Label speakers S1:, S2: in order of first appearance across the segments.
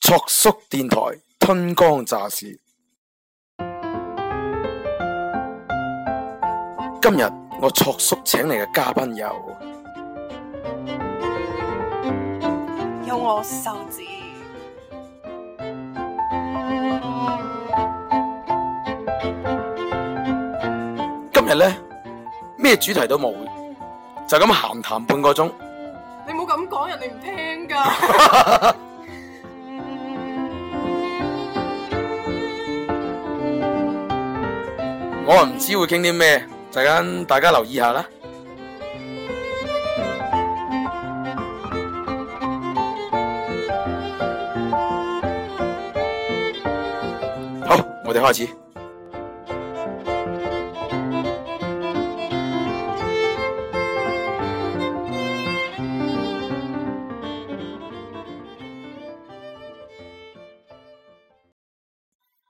S1: 索叔電台吞光炸屎。今日我卓叔請嚟嘅嘉賓有
S2: 有我瘦子，
S1: 今日呢，咩主題都冇，就咁閒談半個鐘。
S2: 你冇咁講，人哋唔聽㗎。
S1: 我唔知會傾啲咩，陣間大家留意下啦。好，我哋開始。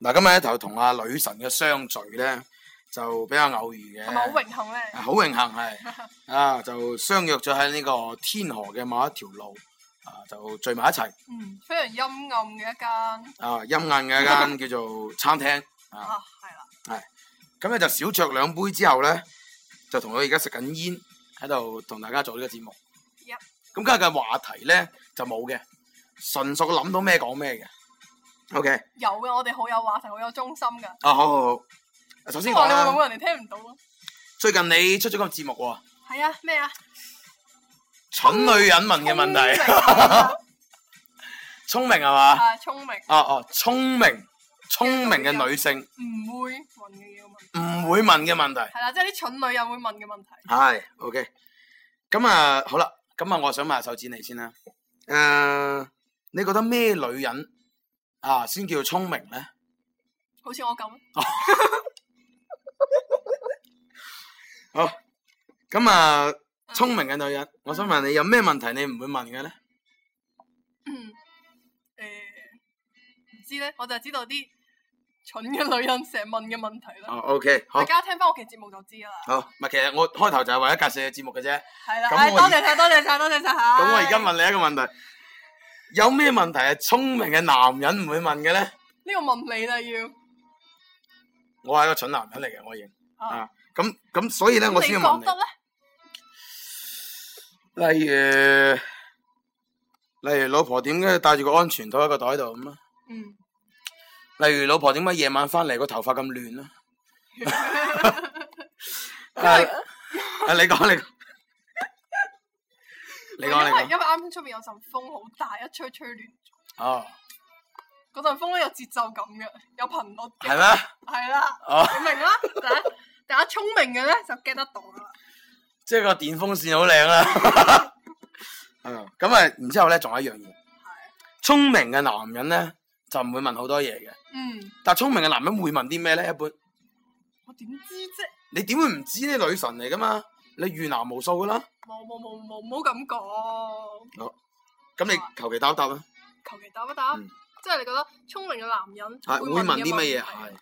S1: 嗱，今日咧就同阿女神嘅相聚咧，就比較偶遇嘅。
S2: 係咪好榮幸咧？
S1: 啊好榮幸係 啊，就相約咗喺呢個天河嘅某一條路啊，就聚埋一齊
S2: 嗯，非常陰暗嘅一間
S1: 啊，陰暗嘅 一間叫做餐廳啊，
S2: 啊，係啦，
S1: 咁咧就小酌兩杯之後咧，就同佢而家食緊煙喺度同大家做呢個節目。
S2: Yep
S1: 咁今日嘅話題咧就冇嘅，純屬諗到咩講咩嘅。OK，
S2: 有嘅，我哋好有話題，好有中心㗎。
S1: 啊好好好，首先
S2: 希
S1: 講
S2: 望你會
S1: 啦，
S2: 冇人哋聽唔到咯。
S1: 最近你出咗個節目喎，
S2: 係啊，咩 啊？
S1: 蠢女人問嘅問題，聰明係嘛？
S2: 啊，聰明
S1: 哦哦，聰明聰明嘅女性
S2: 唔會問嘅嘢問題，
S1: 唔會問嘅問題，
S2: 係啦，即係啲蠢女人會問嘅問題。
S1: 係 OK。咁啊，好啦，咁啊，我想問下手指你先啦。誒、你覺得咩女人啊先叫聰明咧？
S2: 好似我咁，
S1: 好，咁啊，聰明嘅女人，我想問你有咩問題你唔會問嘅咧？
S2: 嗯誒，唔知咧，我就係知道啲蠢嘅女人成日問嘅問題啦。
S1: 哦，OK，好
S2: 大，家聽翻嗯我期節目就知啦。
S1: 好，唔係，其實我開頭就係為咗介紹你節目嘅啫。
S2: 係啦，
S1: 咁
S2: 唉
S1: 我
S2: 多
S1: 而
S2: 謝晒，多謝晒，多謝晒嚇。
S1: 咁我而家問你一個問題，有咩問題係聰明嘅男人唔會問嘅咧？
S2: 呢個問你啦要，
S1: 我係一個蠢男人嚟嘅，我認。
S2: 啊
S1: 啊，咁咁所以咧，我
S2: 你
S1: 先
S2: 覺
S1: 要問
S2: 得咧？
S1: 你，例如例如老婆點解帶住個安全套喺個袋度咁啊？
S2: 嗯，
S1: 例如老婆點解夜晚翻嚟個頭髮咁亂啊？
S2: 因為
S1: 啊，你講你講，你講
S2: 因為
S1: 你
S2: 因為啱先出面有陣風好大，一吹吹亂咗，
S1: 講，哦，
S2: 嗰陣風咧有節奏感嘅，有頻率
S1: 係
S2: 嘅，
S1: 咩？
S2: 係啦，
S1: 哦，
S2: 你明啦？ 大家大家聰明嘅咧就 get 得到啦。
S1: 即係個電風扇好靚 啦。嗯，咁啊，然之後咧，仲有一樣嘢，聰明嘅男人咧就唔會問好多嘢嘅，
S2: 嗯，
S1: 但係聰明嘅男人會問啲咩咧？一般
S2: 我點知啫？
S1: 你點會唔知呢女神嚟噶嘛？你遇男無數噶啦。
S2: 冇冇冇冇，唔好咁講。
S1: 咁你求其答一答啦，
S2: 求其答一答，
S1: 嗯
S2: 即係你覺得聰明嘅男人
S1: 係會問
S2: 嘅
S1: 啲乜嘢？
S2: 題
S1: 係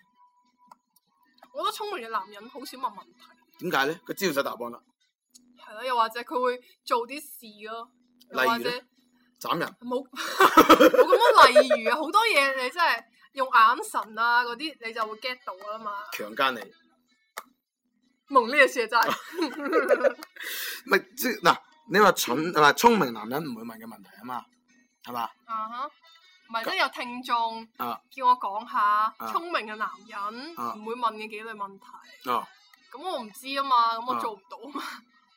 S2: 我覺得聰明嘅男人好少問問題，
S1: 點解咧？佢知道晒答案啦，
S2: 係咯，又或者佢會做啲事咯，又或
S1: 例如
S2: 者
S1: 呢。斬人
S2: 冇 冇咁多例如啊，好多嘢你真係用眼神啊嗰啲，你就會 get 到噶啦嘛。
S1: 強姦你，
S2: 蒙呢個事真係，
S1: 咪即係嗱，你話蠢唔係聰明男人唔會問嘅問題啊嘛，係嘛？
S2: 啊哈，唔係即係有聽眾
S1: 啊
S2: 叫我講下聰明嘅男人
S1: 啊
S2: 唔會問嘅幾類問題，
S1: 哦
S2: 咁我唔知啊嘛，咁
S1: 啊
S2: 我做唔到啊嘛，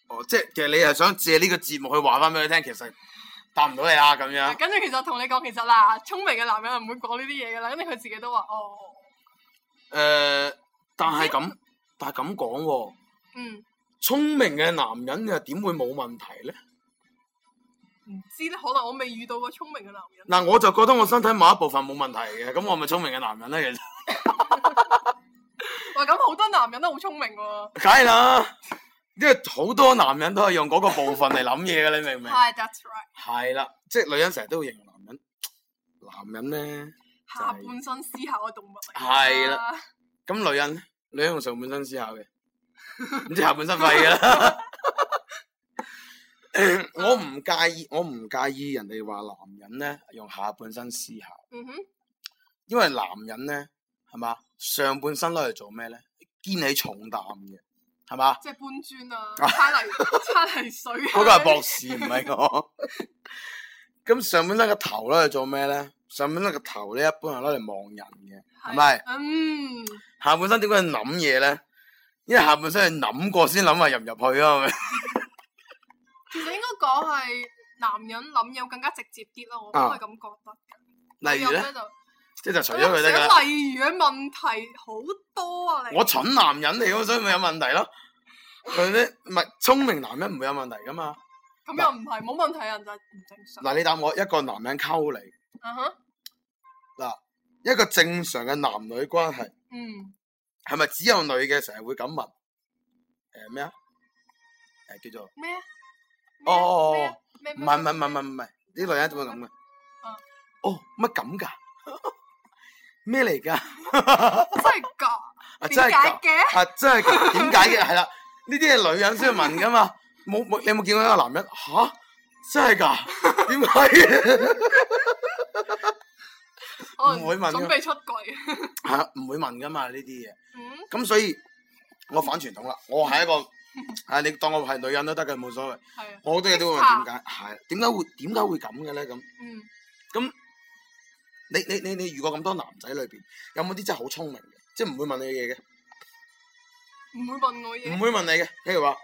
S1: 哦，即係其實你係想借呢個節目去話翻俾佢聽，其實答唔到你啦咁樣。
S2: 跟住其實同你講，其實嗱，聰明嘅男人係唔會講呢啲嘢噶啦，跟住佢自己都話哦，
S1: 誒、但係咁，但係咁講喎，
S2: 嗯，
S1: 聰明嘅男人又點會冇問題咧？
S2: 唔知咧，可能我未遇到過聰明嘅男人，
S1: 嗱，我就覺得我身體某一部分冇問題嘅，咁我咪聰明嘅男人咧，其實。
S2: 哇，咁好多男人都好聰明喎，
S1: 梗係啦，因為好多男人都係用嗰個部分嚟諗嘢嘅，你明唔明？
S2: 係，that's right。
S1: 係啦，即係女人成日都會形容男人，男人咧，
S2: 下半身思考嘅動物嚟㗎。
S1: 係啦咁女人呢女人用上半身思考嘅，唔知下半身廢嘅啦。 我唔介意，我唔介意人哋話男人咧用下半身思考，
S2: 嗯哼，
S1: 因為男人咧係嘛上半身攞嚟做咩咧？肩起重擔嘅係嘛？
S2: 即係搬磚啊，叉泥 叉泥水啊，
S1: 嗰個係博士，唔係我。 咁上半身個頭攞嚟做咩咧？上半身個頭咧一般係攞嚟望人嘅，係咪？
S2: 嗯，
S1: 下半身點解要諗嘢咧？因為下半身係諗過先諗下入唔入去啊，係咪？
S2: 其實應該講係男人諗嘢會更加直接啲咯，我都係咁覺得。
S1: 啊例如
S2: 女
S1: 咧
S2: 人，就
S1: 即係就除咗佢得㗎啦。
S2: 我諗例如嘅問題好多啊，你
S1: 我蠢男人嚟咁，所以咪有問題咯。佢咧唔係聰明男人唔會有問題噶嘛。
S2: 咁又唔係冇問題啊，人就係唔正常。
S1: 嗱，你答我一個男人溝你，
S2: 嗯哼，
S1: 一個正常嘅男女關係
S2: 嗯，
S1: 係咪只有女嘅成日會咁問？誒咩啊？誒叫做
S2: 咩啊？
S1: 哦哦
S2: 咩
S1: 哦
S2: 啊，咩
S1: 唔
S2: 咩
S1: 係唔係唔係唔係唔係，啲女人點會咁嘅？哦，乜咁㗎？咩嚟㗎？
S2: 真係㗎？
S1: 啊真
S2: 點
S1: 係
S2: 解
S1: 㗎！
S2: 嘅？
S1: 啊，真係㗎點解嘅？係啦，呢啲係女人先問噶嘛。冇冇，你有冇見過一個男人吓？真係㗎？點解嘅？
S2: 可能
S1: 唔會問㗎
S2: 準備出櫃。
S1: 係啊唔會問噶嘛呢啲嘢。
S2: 嗯，
S1: 咁所以，我反傳統啦。我係一個係你當我係女人都得嘅，冇所謂。
S2: 係啊，
S1: 我好多嘢都會問點解，係點解會點解會咁嘅咧？咁
S2: 嗯，
S1: 你你你你遇過咁多男仔裏邊，有冇啲真係好聰明嘅，即係唔會問你嘢嘅，
S2: 唔會問我嘢
S1: 唔。會問你嘅，譬如話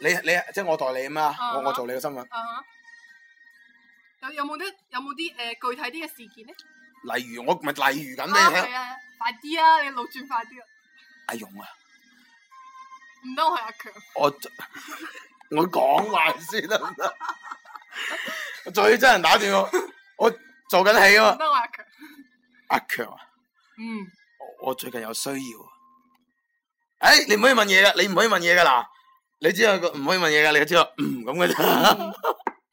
S1: 你你即係我代你啊嘛，
S2: 啊
S1: 我我做你嘅身份。
S2: 啊哈有有冇啲有冇啲誒具體啲嘅事件咧？
S1: 例如我咪例如緊
S2: 啊，
S1: 俾你聽
S2: 係，啊，快啲啊！你路轉快啲啊！
S1: 阿勇啊，
S2: 唔得，我係 阿強。
S1: 我我講埋先得唔 得？我最憎人打斷我，我做緊戲啊
S2: 唔
S1: 嘛。
S2: 得，我係阿強。
S1: 阿強啊，
S2: 嗯，
S1: 我我最近有需要啊。哎，你唔可以問嘢噶，你唔可以問嘢噶嗱，你知道個唔可以問嘢噶，你知道嗯咁嘅 咋？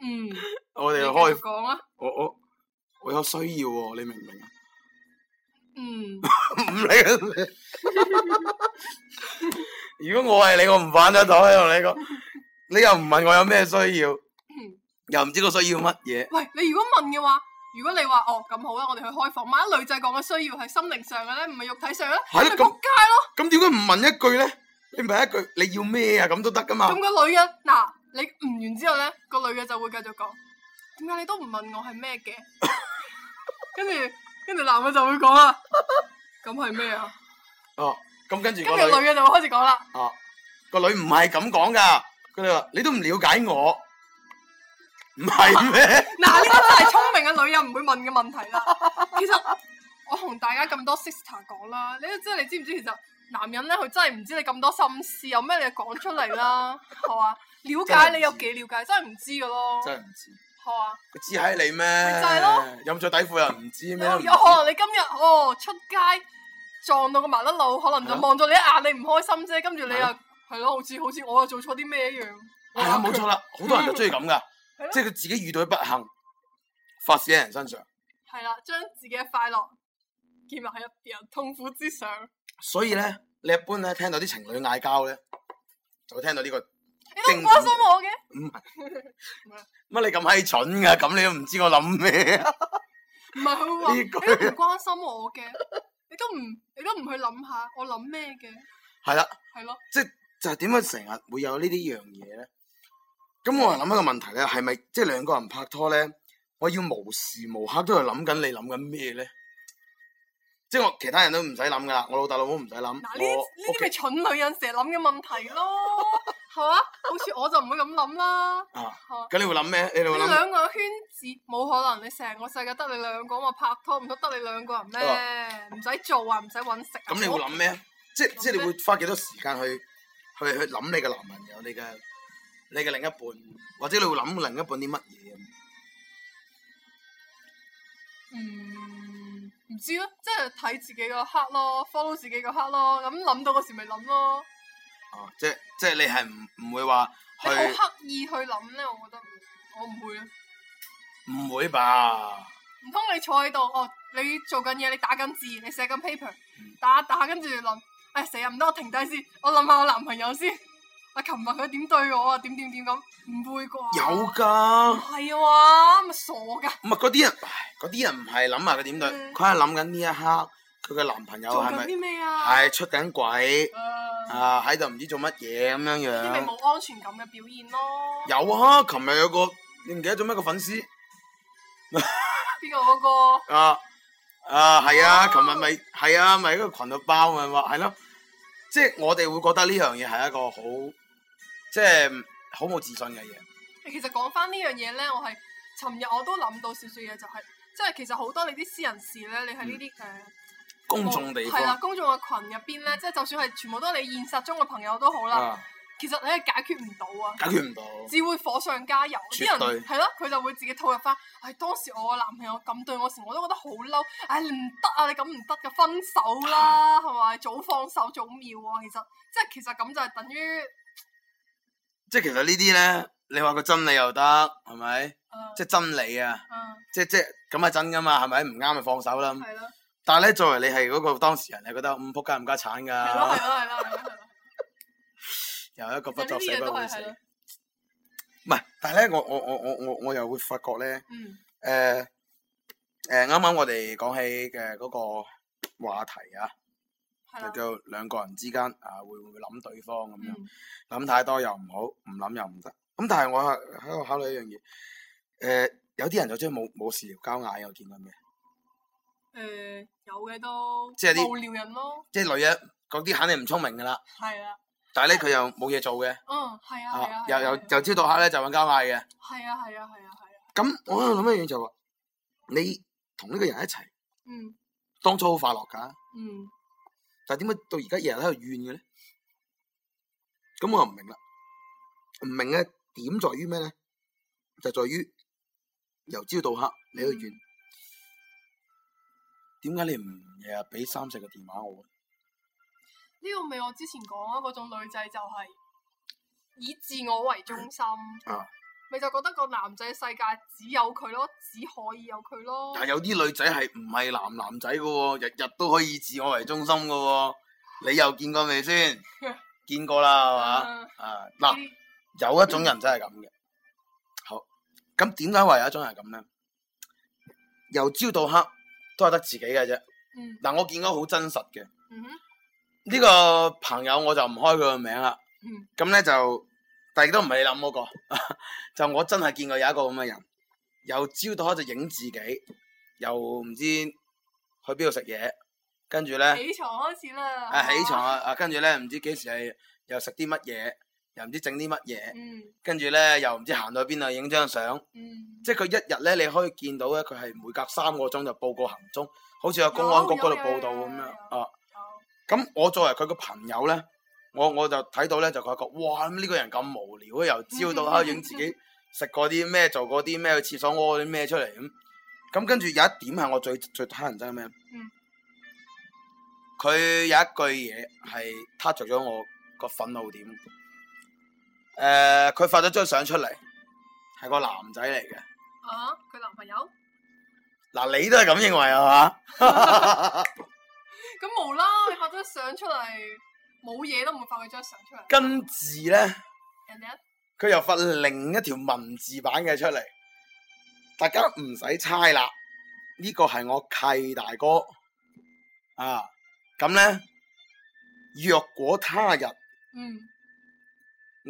S2: 嗯，
S1: 我
S2: 你
S1: 哋就
S2: 繼續
S1: 開，
S2: 講啊。
S1: 我我我有需要喎，你明唔明啊？
S2: 嗯，
S1: 唔理佢。如果我係你，我唔反咗台喺度你講，你又唔問我有咩需要，又唔知個需要乜嘢，
S2: 喂，你如果問嘅話，如果你話哦咁好啦，我哋去開房，萬一女仔講嘅需要係心靈上嘅咧，唔係肉體上嘅咧，
S1: 係咯
S2: 咪仆
S1: 咁
S2: 街咯。
S1: 咁點解唔問一句咧？你問一句你要咩啊？咁都得噶嘛？
S2: 咁個女人嗱，你唔完之後咧，個女嘅就會繼續講，點解你都唔問我係咩嘅？跟住跟住男嘅就會講啦，咁係咩啊？
S1: 哦，咁跟住
S2: 跟
S1: 個
S2: 住
S1: 女
S2: 女嘅就會開始講啦，
S1: 啊，個女唔係咁講噶，佢哋話你都唔了解我，唔係 咩？
S2: 嗱呢個真係聰明嘅女人唔會問嘅問題啦。 其實我同大家咁多 sister 講啦，你都知你知唔知其實男人咧佢真係唔知你咁多心思，有咩你就講出嚟啦， 係嘛？了解你有幾了解，真係唔知噶咯，
S1: 真係唔知，
S2: 係嘛？
S1: 佢知喺你咩
S2: 就係咯？
S1: 飲咗底褲又唔知咩？
S2: 有有可能你今日哦出街撞到個麻甩佬，可能
S1: 係
S2: 就
S1: 啊
S2: 望咗你一眼，你唔開心啫，跟住你
S1: 係
S2: 又係咯，好似好似我又做錯啲咩一樣。
S1: 係啊，冇錯啦，好多人都中意咁噶
S2: 嗯係咯，
S1: 即係佢自己遇到嘅不幸，發泄喺人身上，
S2: 係啦，將自己嘅快樂建立喺入人痛苦之上。
S1: 所以咧，你一般咧聽到啲情侶嗌交咧，就會聽到呢個
S2: 你都唔
S1: 經
S2: 關心我嘅，
S1: 唔係乜你咁閪蠢噶，咁你都唔知我諗咩 啊？
S2: 唔係佢會
S1: 呢
S2: 話你
S1: 句
S2: 都唔關心我嘅，你都唔你都唔去諗下我諗咩嘅，
S1: 係啦，
S2: 係咯，
S1: 就係點解成日會有呢啲樣嘢咧？咁我係諗一個問題咧，係咪即係兩個人拍拖咧，我要無時無刻都係諗緊你諗緊咩咧？即係我其他人都唔使諗噶啦，我老豆老母唔使諗，我
S2: 嗱呢啲呢
S1: 屋
S2: 啲咪
S1: 企
S2: 蠢女人成日諗嘅問題咯，係嘛？好似我就唔會咁諗啦。
S1: 啊，
S2: 係嘛
S1: 咁你會諗咩？你
S2: 你
S1: 會諗
S2: 兩個圈子冇可能，你成個世界得你兩個，我拍拖唔通得你兩個人咩？唔使做啊，唔使揾食啊。
S1: 咁你會諗咩啊？即
S2: 咩
S1: 即係你會花幾多時間去去去諗你嘅男朋友、你嘅你嘅另一半，或者你會諗另一半啲乜嘢？
S2: 嗯，唔知咯，即係睇自己個黑咯，follow 自己個黑咯，咁諗到嗰時咪諗咯。
S1: 啊，即即係你係唔唔會話
S2: 你好
S1: 去
S2: 刻意去諗咧，我覺得我唔會啊。
S1: 唔會吧？
S2: 唔通你坐喺度，哦，你做緊嘢，你打緊字，你寫緊 paper，
S1: 嗯
S2: 打打跟住諗，哎死啊，唔得，我停低先，我諗下我男朋友先，啊，琴日佢點對我啊？點點點咁，唔會啩？哦
S1: 有㗎。
S2: 係啊，咪傻
S1: 唔
S2: 噶！
S1: 係嗰啲人，唉嗰啲人唔係諗下佢點對，
S2: 嗯
S1: 佢係諗緊呢一刻佢嘅男朋友
S2: 做
S1: 係
S2: 緊
S1: 咪
S2: 啲咩啊？
S1: 係出緊軌
S2: 誒，
S1: 啊？喺度唔知做乜嘢咁樣
S2: 啲咪
S1: 樣。
S2: 冇安全感嘅表現咯。
S1: 有啊，琴日有個你唔記得咗咩個粉絲
S2: 邊個嗰個？
S1: 啊啊係啊，
S2: 哦
S1: 琴日咪係啊，咪喺個群度包咪話係咯，即係我哋會覺得呢樣嘢係一個好即係好冇自信嘅嘢。
S2: 哎其實講翻呢樣嘢咧，我係尋日我都諗到少少嘢，就係即係其實好多你啲私人事咧，你喺呢啲
S1: 嗯
S2: 誒
S1: 公眾地
S2: 哦係啦，
S1: 方嗯
S2: 公眾嘅群入邊咧，即係就算係全部都係你現實中嘅朋友都好啦，
S1: 啊，
S2: 其實你係解決唔到啊。
S1: 解決唔到。
S2: 只會火上加油，啲
S1: 絕對
S2: 人係咯，佢就會自己套入翻。唉、當時我個男朋友咁對我時，我都覺得好嬲。唉、你唔得啊，你咁唔得嘅，分 手啦，係咪？早放手早妙啊，其實即係其實咁就係等於誒、
S1: 即係其實呢啲咧，你話個真理又得係咪？
S2: 呃
S1: 即係真理啊！
S2: 嗯
S1: 即即咁係真噶嘛，係咪？唔啱咪放手啦。
S2: 係咯，
S1: 但係咧，作為你係嗰個當事人，你覺得嗯仆街唔家產
S2: 係咯，係
S1: 㗎，
S2: 咯，係咯，係咯，
S1: 又一個
S2: 其
S1: 不
S2: 實呢
S1: 作
S2: 啲
S1: 死
S2: 嘢
S1: 不
S2: 都
S1: 會
S2: 係
S1: 死
S2: 係。咯，
S1: 唔係，但係咧，我我我我我我又會發覺咧，
S2: 嗯
S1: 誒呃誒啱啱我哋講起嘅嗰個話題啊，
S2: 係
S1: 就
S2: 啦，
S1: 叫兩個人之間啊，會唔會諗對方咁樣？
S2: 嗯
S1: 諗太多又唔好，唔諗又唔得。咁但係我係喺度考慮一樣嘢，誒、呃有啲人就中意冇冇事聊交嗌，我見過咩？
S2: 誒嗯呃有嘅都
S1: 即係啲
S2: 無聊人咯，
S1: 即係女人嗰啲肯定唔聰明㗎啦，
S2: 係啦，
S1: 但係咧佢又冇嘢做嘅。
S2: 嗯係啊係
S1: 啊
S2: 啊，，
S1: 由
S2: 係啊
S1: 由由朝到黑咧就揾交嗌嘅。
S2: 係啊係啊係啊係啊，
S1: 咁我喺度諗一樣嘢就話，你同呢個人一齊，
S2: 嗯
S1: 當初好快樂㗎，
S2: 嗯
S1: 但係點解到而家日日喺度怨嘅咧？咁我又唔明啦，唔明嘅點在於咩咧？就在於由朝到黑你喺度怨，點解你唔日日俾三四個電話我？
S2: 呢個咪我之前講啊，嗰種女仔就係以自我為中心，
S1: 啊
S2: 咪、就覺得個男仔世界只有佢咯，只可以有佢咯，
S1: 但係有啲女仔係唔係男男仔嘅喎，日日都可以以自我為中心嘅喎，你又見過未先？見過啦，係嘛？
S2: 嗯
S1: 啊，嗱，
S2: 呢啲
S1: 有一種人真係咁嘅。好，咁點解話有一種人係咁咧？由朝到黑都係得自己嘅啫。
S2: 嗯
S1: 嗱，我見到好真實嘅
S2: 嗯哼
S1: 呢、個朋友，我就唔開佢個名啦。
S2: 嗯
S1: 咁咧就，但亦都唔係你諗嗰、個， 就我真係見過有一個咁嘅人，由朝到黑就影自己，又唔知去邊度食嘢，跟住咧。
S2: 起床開始啦，
S1: 啊起床啊啊，跟住咧唔知幾時係又食啲乜嘢，又唔知整啲乜嘢，
S2: 嗯
S1: 跟住咧又唔知行到邊度影張相，
S2: 嗯，
S1: 即係佢一日咧你可以見到咧，佢係每隔三個鐘就報告行蹤，好似喺公安局嗰度報道咁樣
S2: 哦有有有有
S1: 啊。咁我作為佢個朋友咧，我我就睇到咧就覺得哇咁呢個人咁無聊啊，由朝到黑影自己食過啲咩，做過啲咩，去廁所屙啲咩出嚟咁。咁跟住有一點係我最最乞人憎咩？
S2: 嗯
S1: 佢有一句嘢係撻着咗我個憤怒點。誒、佢發咗張相出嚟，係個男仔嚟嘅。
S2: 啊佢男朋友
S1: 嗱，你都係咁認為啊係嘛？
S2: 咁無啦，你發張相出嚟冇嘢都唔會發佢張相出嚟，
S1: 跟住咧。
S2: 人哋一
S1: 佢又發另一條文字版嘅出嚟，大家唔使猜啦，呢個係我契大哥啊。咁呢，若果他日
S2: 嗯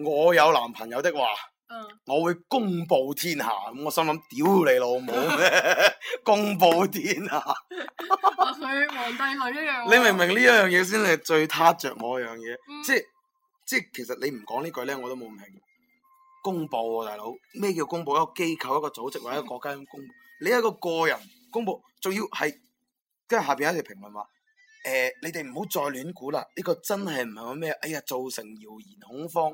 S1: 我有男朋友的話，
S2: 嗯
S1: 我會公佈天下。咁我心諗，屌你老母咩？公佈天下，
S2: 話哦佢皇帝女一樣喎，
S1: 你明唔明呢樣嘢先係最撻着我樣嘢？
S2: 嗯？
S1: 即係即係，其實你唔講呢句咧，我都冇咁興。公佈喎、大佬，咩叫公佈？一個機構、一個組織或者一個國家咁公佈，你一個個人公佈，仲要係跟住下邊有一條評論話：誒、你哋唔好再亂估啦，呢、個真係唔係話咩？哎呀，造成謠言恐慌，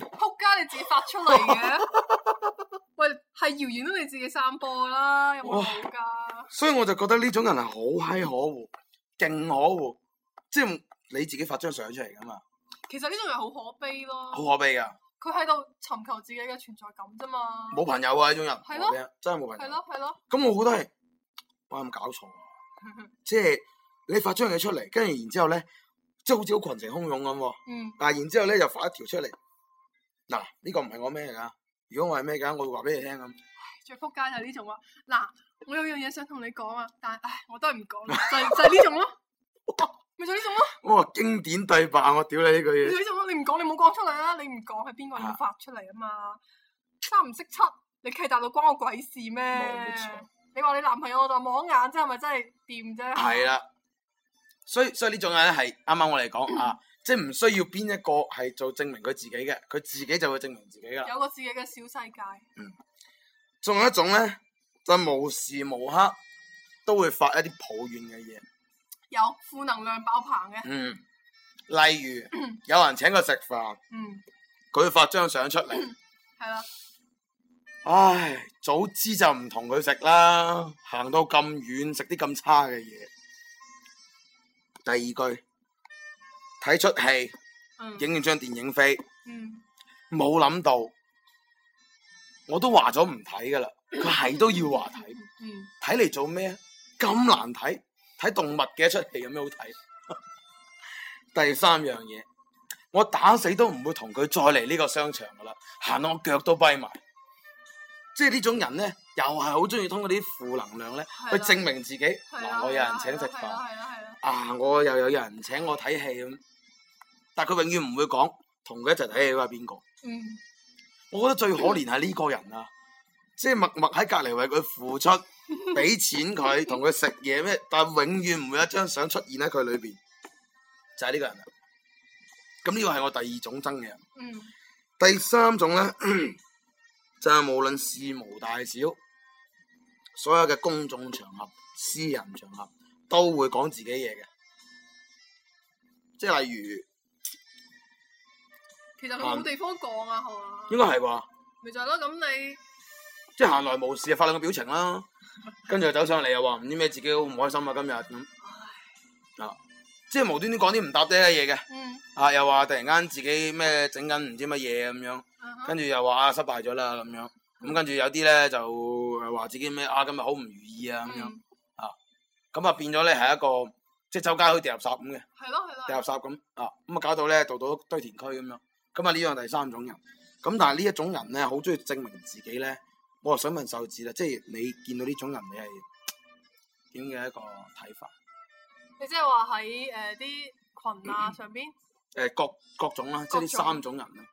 S2: 仆街你自己發出嚟嘅， 喂，係謠言都你自己散播啦，有冇好噶？
S1: 所以我就覺得呢種人係好閪可惡，勁可惡，即係你自己發張相出嚟噶嘛，
S2: 其實呢種人好可悲
S1: 好
S2: 咯，
S1: 可悲噶，
S2: 佢喺度尋求自己嘅存在感啫嘛。
S1: 冇朋友啊呢種人，
S2: 係
S1: 我
S2: 咯
S1: 話俾你聽真係冇
S2: 係
S1: 朋友。
S2: 咯係咯，
S1: 咁我覺得係，我有冇搞錯啊？即係你發張嘢出嚟，跟住然之後咧，即係好似好群情洶湧咁喎。
S2: 嗯
S1: 啊，然之後咧又發一條出嚟，嗱，呢個唔係我咩嚟噶？如果我係咩㗎，我會話俾你聽咁。
S2: 最撲街就係呢種啦。啊嗱，我有樣嘢想同你講啊，但係唉，我都係唔講啦，就係就係呢種 咯，咪就係呢種咯，
S1: 我話經典對白，啊我屌你呢句
S2: 咪就
S1: 嘢。
S2: 係呢種咯。你唔講，你冇講出嚟啦，你唔講係邊個你要發出嚟啊嘛？三唔識七，你契大佬關我鬼事咩
S1: 冇錯？
S2: 你話你男朋友我就望一眼啫，係咪真係掂啫？
S1: 係啦，所以所以呢種嘢咧係啱啱我嚟講啊，即係唔需要邊一個係做證明佢自己嘅，佢自己就會證明自己噶啦。
S2: 有個自己嘅小世界，
S1: 仲有一種咧，就係無時無刻都會發一啲抱怨嘅嘢。
S2: 有負能量爆棚嘅，
S1: 嗯，例如有人請佢食飯，
S2: 嗯，
S1: 佢會發張相出嚟。
S2: 係啦，
S1: 唉，早知就唔同佢食啦，行到咁遠食啲咁差嘅嘢。第二句，睇出戲，
S2: 嗯，
S1: 影完張電影飛，
S2: 嗯，
S1: 冇諗到，我都話咗唔睇噶啦，佢係都要話睇，
S2: 嗯，
S1: 睇嚟做咩啊？咁難睇，睇動物嘅一出戲有咩好睇？ 第三樣嘢，我打死都唔會同佢再嚟呢個商場噶啦，行到我腳都跛埋。即係呢種人呢，又係好中意通過啲負能量呢，去
S2: 係啦
S1: 證明自己。
S2: 係
S1: 嗱，
S2: 啦，
S1: 我有人請食飯，
S2: 係啦係啦，係啦，
S1: 啊，我又有人請我睇戲咁，但佢永遠唔會講同佢一齊睇戲嗰係邊個。
S2: 嗯，
S1: 我覺得最可憐係呢個人啊，即係默默喺隔離為佢付出，俾錢佢，同佢食嘢咩，但係永遠唔會有一張相出現喺佢裏邊，就係、呢個人啦。啊咁呢個係我第二種憎嘅人。
S2: 嗯，
S1: 第三種咧， 就係無論事無大小，所有嘅公眾場合、私人場合都會講自己嘢嘅，即係例
S2: 其實佢冇地方講啊，係嘛？
S1: 如應該係啩。
S2: 咪就係咯，咁你
S1: 即係閒來無事啊，發兩個表情啦，跟住就走上嚟又話唔知咩自己好唔開心啊今日咁啊，即係無端端講啲唔搭爹嘅嘢嘅，
S2: 嗯
S1: 啊又話突然間自己咩整緊唔知乜嘢咁樣，
S2: 嗯哼
S1: 跟住又話啊失敗咗啦咁樣，咁跟住有啲咧就誒話自己咩啊今日好唔如意啊咁樣，
S2: 嗯
S1: 咁啊變咗咧係一個即係周街好似掉垃圾咁嘅，
S2: 係咯係
S1: 掉垃
S2: 咯，
S1: 圾咁啊，咁啊搞到咧度度都堆填區咁樣，咁啊呢樣第三種人，咁但係呢一種人咧好中意證明自己咧，我啊又想問秀智啦，即係你見到呢種人你係點嘅一個睇法？
S2: 你即係話喺誒啲群啊上邊
S1: 誒、各各種啦，即係呢
S2: 各種
S1: 三種人啊啦，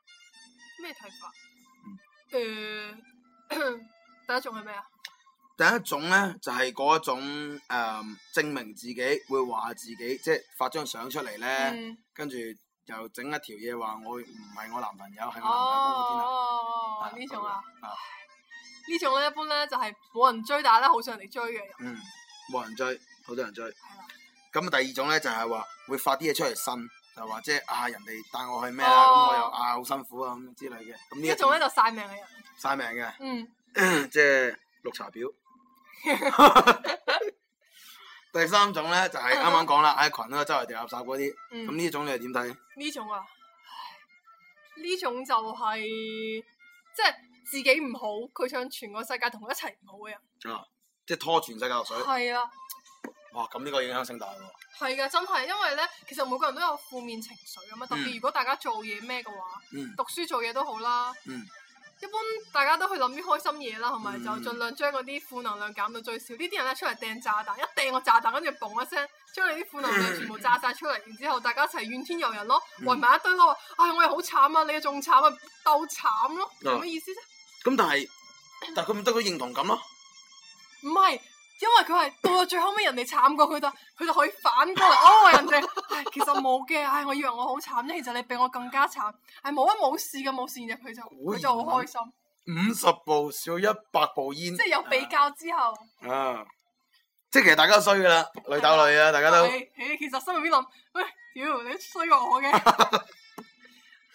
S2: 咩睇法？誒第一種係咩啊？
S1: 第一種咧就係、嗰一種誒、證明自己會話自己，即係發張相出嚟咧，
S2: 嗯
S1: 跟住又整一條嘢話我唔係我男朋友，係我男朋友幫我天下
S2: 哦呢種啊
S1: 啊，
S2: 呢種咧一般咧就係冇人追，但係咧好想人哋追嘅人，
S1: 嗯，冇人追，好多人追。
S2: 係啦，
S1: 咁啊第二種咧就係話會發啲嘢出嚟呻，就話即係啊人哋帶我去咩啊，咁、
S2: 哦
S1: 我又啊好辛苦啊咁之類嘅。咁呢
S2: 呢
S1: 一
S2: 一
S1: 種
S2: 種咧
S1: 咧
S2: 就晒命嘅人，
S1: 晒命嘅，
S2: 嗯
S1: 即係綠茶 婊。第三種咧就係啱啱講 啦，喺群啦周圍掉垃圾嗰啲。
S2: 嗯
S1: 咁。呢一種你係點睇？
S2: 呢種啊，唉呢種就係、即係自己唔好，佢想全個世界同佢一齊唔好嘅人。
S1: 啊，即係拖全世界落水。
S2: 係啊，
S1: 哇！咁呢個影響性大喎。
S2: 係噶，真係，因為咧，其實每個人都有負面情緒啊嘛。特
S1: 嗯
S2: 別如果大家做嘢咩嘅話，
S1: 嗯
S2: 讀書做嘢都好啦。
S1: 嗯
S2: 一般大家都去諗啲開心嘢啦，係咪？
S1: 嗯
S2: 就盡量將嗰啲負能量減到最少。呢啲人咧出嚟掟炸彈，一掟個炸彈，跟住嘣一聲，將你啲負能量全部炸晒出嚟，然之後大家一齊怨天尤人咯，
S1: 嗯
S2: 圍埋一堆咯，話唉、我哋好慘啊，你又仲慘啊，鬥慘咯，
S1: 啊
S2: 有咩意思啫？
S1: 咁但係，但係佢唔得到認同感咯。
S2: 唔係，因為佢係到到最後尾人哋慘過佢就，佢就可以反過嚟安慰人哋。唉，其實冇嘅，唉，我以為我好慘啫，其實你比我更加慘。唉，冇啊，冇事嘅，冇事嘅，佢就佢就好開心。
S1: 五十步笑一百步煙。
S2: 即係有比較之後，
S1: 啊，即係其實大家都衰噶啦，女鬥女啊，大家都
S2: 唉唉其實心入邊諗，喂，屌你衰過我嘅，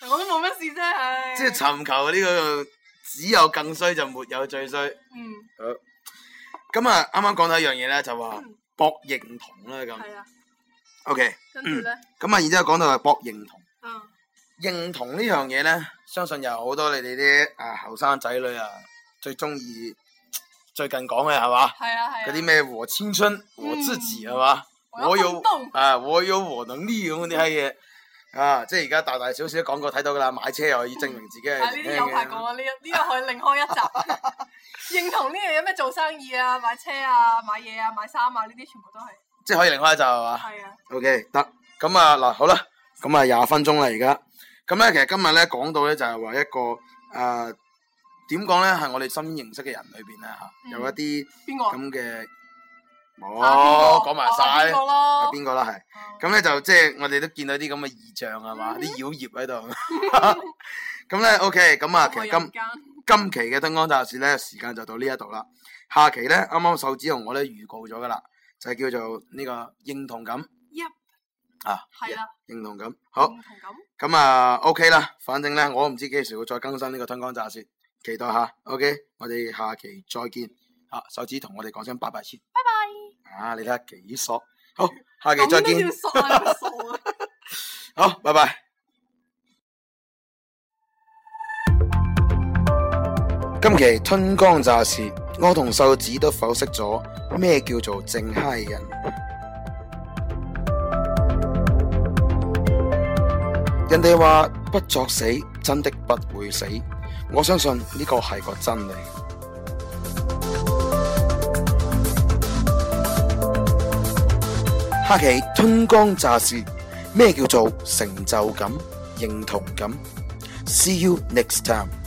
S2: 我都冇乜事啫，唉。
S1: 即係尋求呢個只有更衰就沒有最衰。
S2: 嗯，
S1: 咁啊，啱啱講到一樣嘢咧，就話博認同啦咁。
S2: 係啊，
S1: OK，
S2: 跟住咧，
S1: 咁啊，然之後講到係博認同，
S2: 嗯，
S1: 認同呢樣嘢咧，相信有好多你哋啲啊後生仔女啊最中意最近講嘅係嘛？
S2: 係啊係啊。
S1: 嗰啲咩和青春和自己係嘛？
S2: 我有
S1: 我有
S2: 奮鬥
S1: 啊，我有我能力咁嗰啲閪嘢。啊，即係而家大大小小都講過睇到噶啦，買車又要證明自己係
S2: 啊！呢啲有排講啦，呢 一呢個可以另開一集。認同呢樣嘢咩做生意啊、買車啊、買嘢啊、買衫啊，呢啲全部都係
S1: 即係可以另開一集係嘛
S2: 係啊。
S1: ？OK，得咁啊嗱，好啦，咁啊廿分鐘啦而家，咁咧其實今日咧講到咧就係話一個誒點講咧係我哋身邊認識嘅人裏邊咧嚇，
S2: 嗯
S1: 有一啲
S2: 邊個啊？
S1: 咁嘅
S2: 啊
S1: 冇哦講埋
S2: 邊
S1: 晒
S2: 個咯
S1: 係？邊個啦係。
S2: 啊
S1: 咁咧就即係我哋都見到啲咁嘅異象係嘛， 啲妖孽喺度。 咁咧 OK，咁啊，其實今
S2: 人間
S1: 今期嘅燈光大事咧，時間就到呢一度啦。下期咧，啱啱手指同我咧預告咗噶啦，就係叫做呢個認同感
S2: Yep，
S1: 啊，
S2: 係啦，
S1: 認同感。好，
S2: 認同感。
S1: 咁啊 OK 啦，反正咧我唔知幾時會再更新呢個燈光大事，期待下。OK，我哋下期再見。啊，手指同我哋講聲拜拜先。拜拜。啊，你睇下幾索。好，下期再
S2: 咁都
S1: 見
S2: 要。傻啊！你咪傻啊！
S1: 好，拜拜。今期春光乍泄，我同秀子都剖析咗咩叫做正嗨人。人哋話不作死，真的不會死。我相信呢個係個真理。下期春光乍泄，咩叫做成就感、認同感？See you next time。